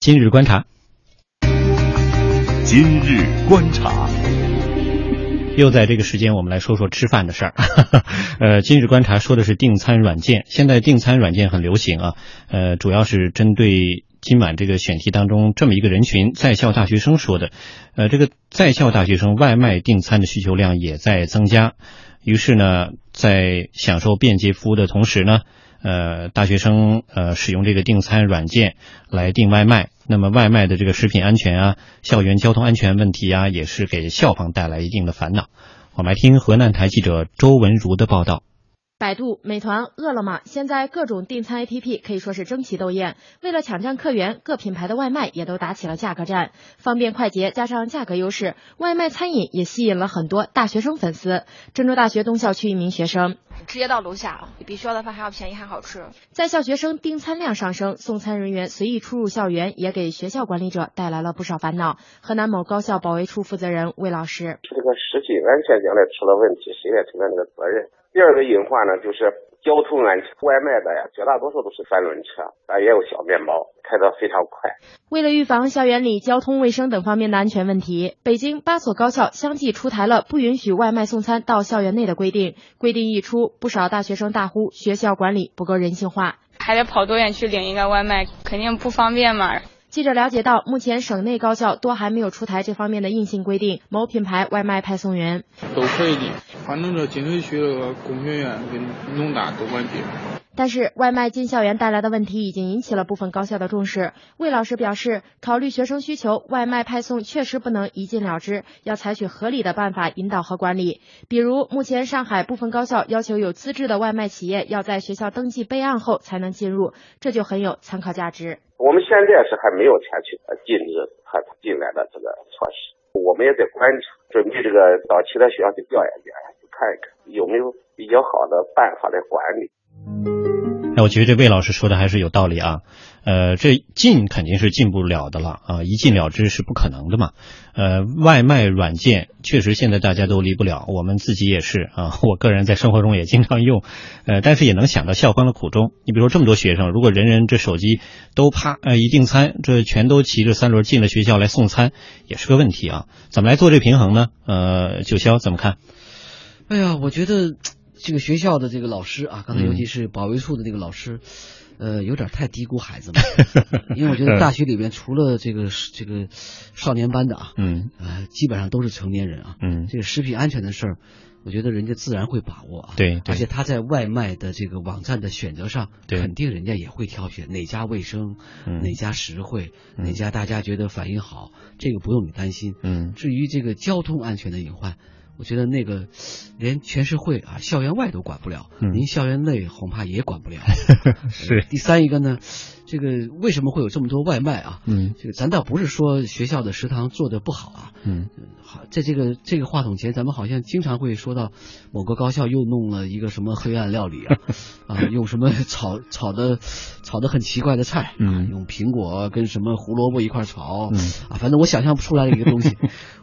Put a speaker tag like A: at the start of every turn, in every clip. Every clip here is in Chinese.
A: 今日观察，
B: 今日观察，
A: 又在这个时间，我们来说说吃饭的事儿。 呃，今日观察说的是订餐软件，现在订餐软件很流行啊，呃，主要是针对。今晚这个选题当中，这么一个人群，在校大学生说的，呃，这个在校大学生外卖订餐的需求量也在增加，于是呢，在享受便捷服务的同时呢，呃，大学生呃使用这个订餐软件来订外卖，那么外卖的这个食品安全啊、校园交通安全问题啊，也是给校方带来一定的烦恼。我们来听河南台记者周文如的报道。
C: 百度、美团、饿了么，现在各种订餐 APP 可以说是争奇斗艳。为了抢占客源，各品牌的外卖也都打起了价格战。方便快捷加上价格优势，外卖餐饮也吸引了很多大学生粉丝。郑州大学东校区一名学生，
D: 直接到楼下，啊比学校的饭还要便宜还好吃。
C: 在校学生订餐量上升，送餐人员随意出入校园，也给学校管理者带来了不少烦恼。河南某高校保卫处负责人魏老师，
E: 这个食品安全将来出了问题，谁来承担这个责任？第二个隐患呢，就是交通安全。外卖的呀，绝大多数都是三轮车，啊，也有小面包，开得非常快。
C: 为了预防校园里交通卫生等方面的安全问题，北京八所高校相继出台了不允许外卖送餐到校园内的规定。规定一出，不少大学生大呼学校管理不够人性化，
D: 还得跑多远去领一个外卖，肯定不方便嘛。
C: 记者了解到，目前省内高校多还没有出台这方面的硬性规定。某品牌外卖派送员
F: 都可以领，反正这景德区这个工学院跟农大都管紧。
C: 但是，外卖进校园带来的问题已经引起了部分高校的重视。魏老师表示，考虑学生需求，外卖派送确实不能一禁了之，要采取合理的办法引导和管理。比如，目前上海部分高校要求有资质的外卖企业要在学校登记备案后才能进入，这就很有参考价值。
E: 我们现在是还没有采取呃禁止他进来的这个措施，我们也在观察，准备这个找其他学校去调研调研，去看一看有没有比较好的办法来管理。
A: 哎，我觉得这魏老师说的还是有道理啊。呃，这进肯定是进不了的了啊，一进了之是不可能的嘛。呃，外卖软件确实现在大家都离不了，我们自己也是啊。我个人在生活中也经常用，呃，但是也能想到校方的苦衷。你比如说这么多学生，如果人人这手机都啪呃一订餐，这全都骑着三轮进了学校来送餐，也是个问题啊。怎么来做这平衡呢？呃，九霄怎么看？
G: 哎呀，我觉得。这个学校的这个老师啊，
A: 嗯
G: 刚才尤其是保卫处的这个老师，呃，有点太低估孩 子了。因为我觉
A: 嗯
G: 得大学里面除了这个这个少年班的啊，
A: 嗯，
G: 呃，基本上都是成年人啊。
A: 嗯，
G: 这个食品安全的事儿，我觉得人家自然会把握啊。
A: 对，
G: 而且他在外卖的这个网站的选择上，
A: 对
G: 肯定人家也会挑选哪家卫生、
A: 嗯
G: 哪家实惠、
A: 嗯
G: 哪家大家觉得反应好，这个不用你担心。
A: 嗯
G: 至于这个交通安全的隐患，我觉得那个连全社会啊，校园外都管不了，
A: 嗯
G: 您校园内恐怕也管不了。
A: 是
G: 呃第三一个呢，这个为什么会有这么多外卖啊？
A: 嗯
G: 这个咱倒不是说学校的食堂做的不好啊，
A: 嗯
G: 嗯好，在这个这个话筒前，咱们好像经常会说到某个高校又弄了一个什么黑暗 料理啊，啊，用什么炒炒的炒的很奇怪的菜，啊
A: 嗯，
G: 用苹果跟什么胡萝卜一块儿炒，
A: 嗯
G: 啊，反正我想象不出来的一 个东西。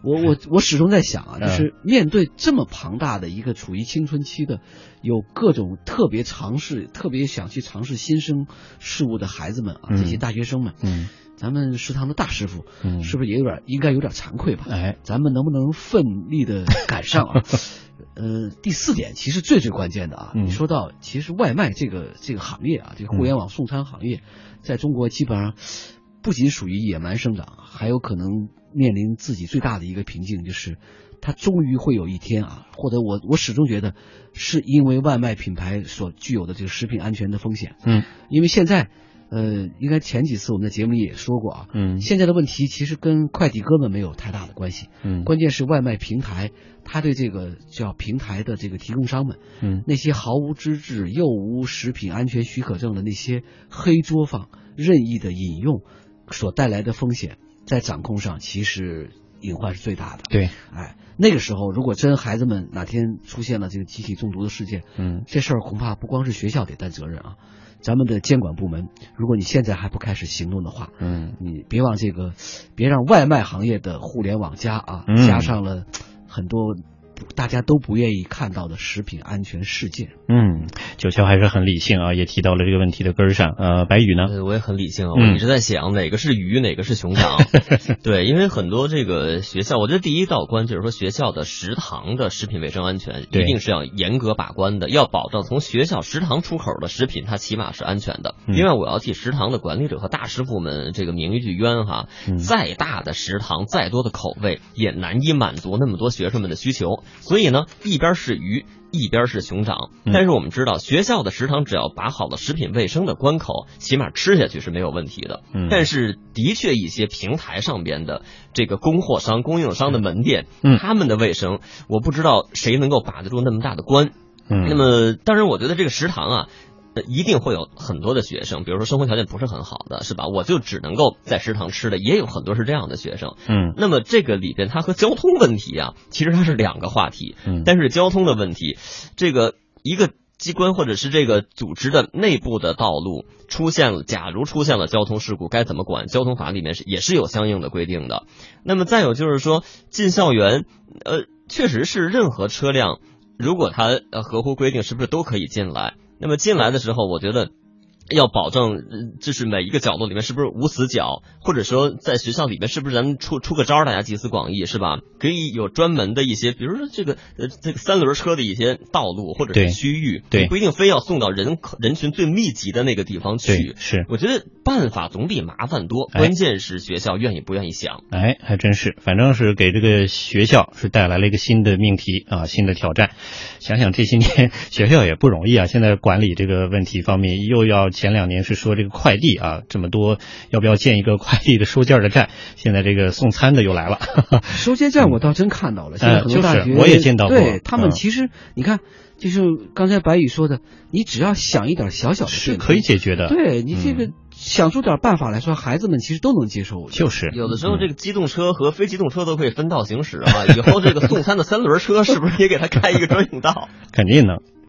G: 我我我始终在想啊，
A: 嗯
G: 就是面对这么庞大的一个处于青春期的，有各种特别尝试、特别想去尝试新生事物的孩子们啊，
A: 嗯
G: 这些大学生们，
A: 嗯，
G: 咱们食堂的大师傅，
A: 嗯
G: 是不是也有点应该有点惭愧吧？
A: 哎，
G: 咱们能不能奋力的赶上 啊？呃，第四点其实最最关键的啊，
A: 嗯
G: 你说到其实外卖这个这个行业啊，这个互联网送餐行业，在中国基本上不仅属于野蛮生长，还有可能面临自己最大的一个瓶颈，就是它终于会有一天啊，或者我我始终觉得是因为外卖品牌所具有的这个食品安全的风险，
A: 嗯，
G: 因为现在。呃，应该前几次我们在节目里也说过啊，
A: 嗯
G: 现在的问题其实跟快递哥们没有太大的关系，
A: 嗯
G: 关键是外卖平台，它对这个叫平台的这个提供商们，
A: 嗯
G: 那些毫无资质又无食品安全许可证的那些黑作坊任意的引用所带来的风险，在掌控上其实隐患是最大的。
A: 对，
G: 哎，那个时候如果真孩子们哪天出现了这个集体中毒的事件，
A: 嗯
G: 这事儿恐怕不光是学校得担责任啊，咱们的监管部门，如果你现在还不开始行动的话，
A: 嗯
G: 你别往这个，别让外卖行业的互联网加啊，
A: 嗯
G: 加上了很多不大家都不愿意看到的食品安全事件。
A: 嗯，九霄还是很理性啊，也提到了这个问题的根儿上。呃，白宇呢？
H: 对，我也很理性啊，
A: 嗯
H: 我一直在想哪个是鱼，哪个是 熊掌。对，因为很多这个学校，我觉得第一道关就是说学校的食堂的食品卫生安全
A: 对
H: 一定是要严格把关的，要保证从学校食堂出口的食品它起码是安全的。
A: 嗯
H: 另外，我要替食堂的管理者和大师傅们这个名誉去冤哈，
A: 嗯
H: 再大的食堂，再多的口味，也难以满足那么多学生们的需求。所以呢，一边是鱼，一边是熊掌。
A: 嗯
H: 但是我们知道，学校的食堂只要把好了食品卫生的关口，起码吃下去是没有问题的。
A: 嗯
H: 但是的确，一些平台上边的这个供货商、供应商的门店，
A: 嗯
H: 他们的卫生，我不知道谁能够把得住那么大的关。
A: 嗯，
H: 那么，当然，我觉得这个食堂啊。呃一定会有很多的学生，比如说生活条件不是很好的，是吧？我就只能够在食堂吃的，也有很多是这样的学生。
A: 嗯
H: 那么这个里边，它和交通问题啊，其实它是两个话题。
A: 嗯，
H: 但是交通的问题，这个一个机关或者是这个组织的内部的道路出现了，假如出现了交通事故，该怎么管？交通法里面是也是有相应的规定的。那么再有就是说，进校园，呃，确实是任何车辆，如果它呃合乎规定，是不是都可以进来？那么进来的时候，我觉得。要保证，呃就是每一个角落里面是不是无死角，或者说在学校里面是不是咱们出出个招儿，大家集思广益是吧？可以有专门的一些，比如说这个呃这个三轮车的一些道路或者
A: 对
H: 是区域，
A: 对
H: 你不一定非要送到人口人群最密集的那个地方
A: 对
H: 去。
A: 是。
H: 我觉得办法总比麻烦多，
A: 哎
H: 关键是学校愿意不愿意想。
A: 哎，还真是，反正是给这个学校是带来了一个新的命题啊，新的挑战。想想这些年 学校也不容易啊，现在管理这个问题方面，又要前两年是说这个快递啊，这么多，要不要建一个快递的收件儿的站？现在这个送餐的又来了，
G: 收件站我倒真看到了，现在很多大
A: 嗯哎就
G: 学
A: 是我也见到过
G: 对他们
A: 嗯
G: 其实你看，就是刚才白宇说的，你只要想一点小小的
A: 是
G: 变通
A: 可以解决的。嗯
G: 对你这个想出点办法来说，孩子们其实都能接受。
A: 就是
H: 有的时候这个机动车和非机动车都可以分道行驶啊，以后这个送餐的三轮车是不是也给他开一个专用道？
A: 肯定能。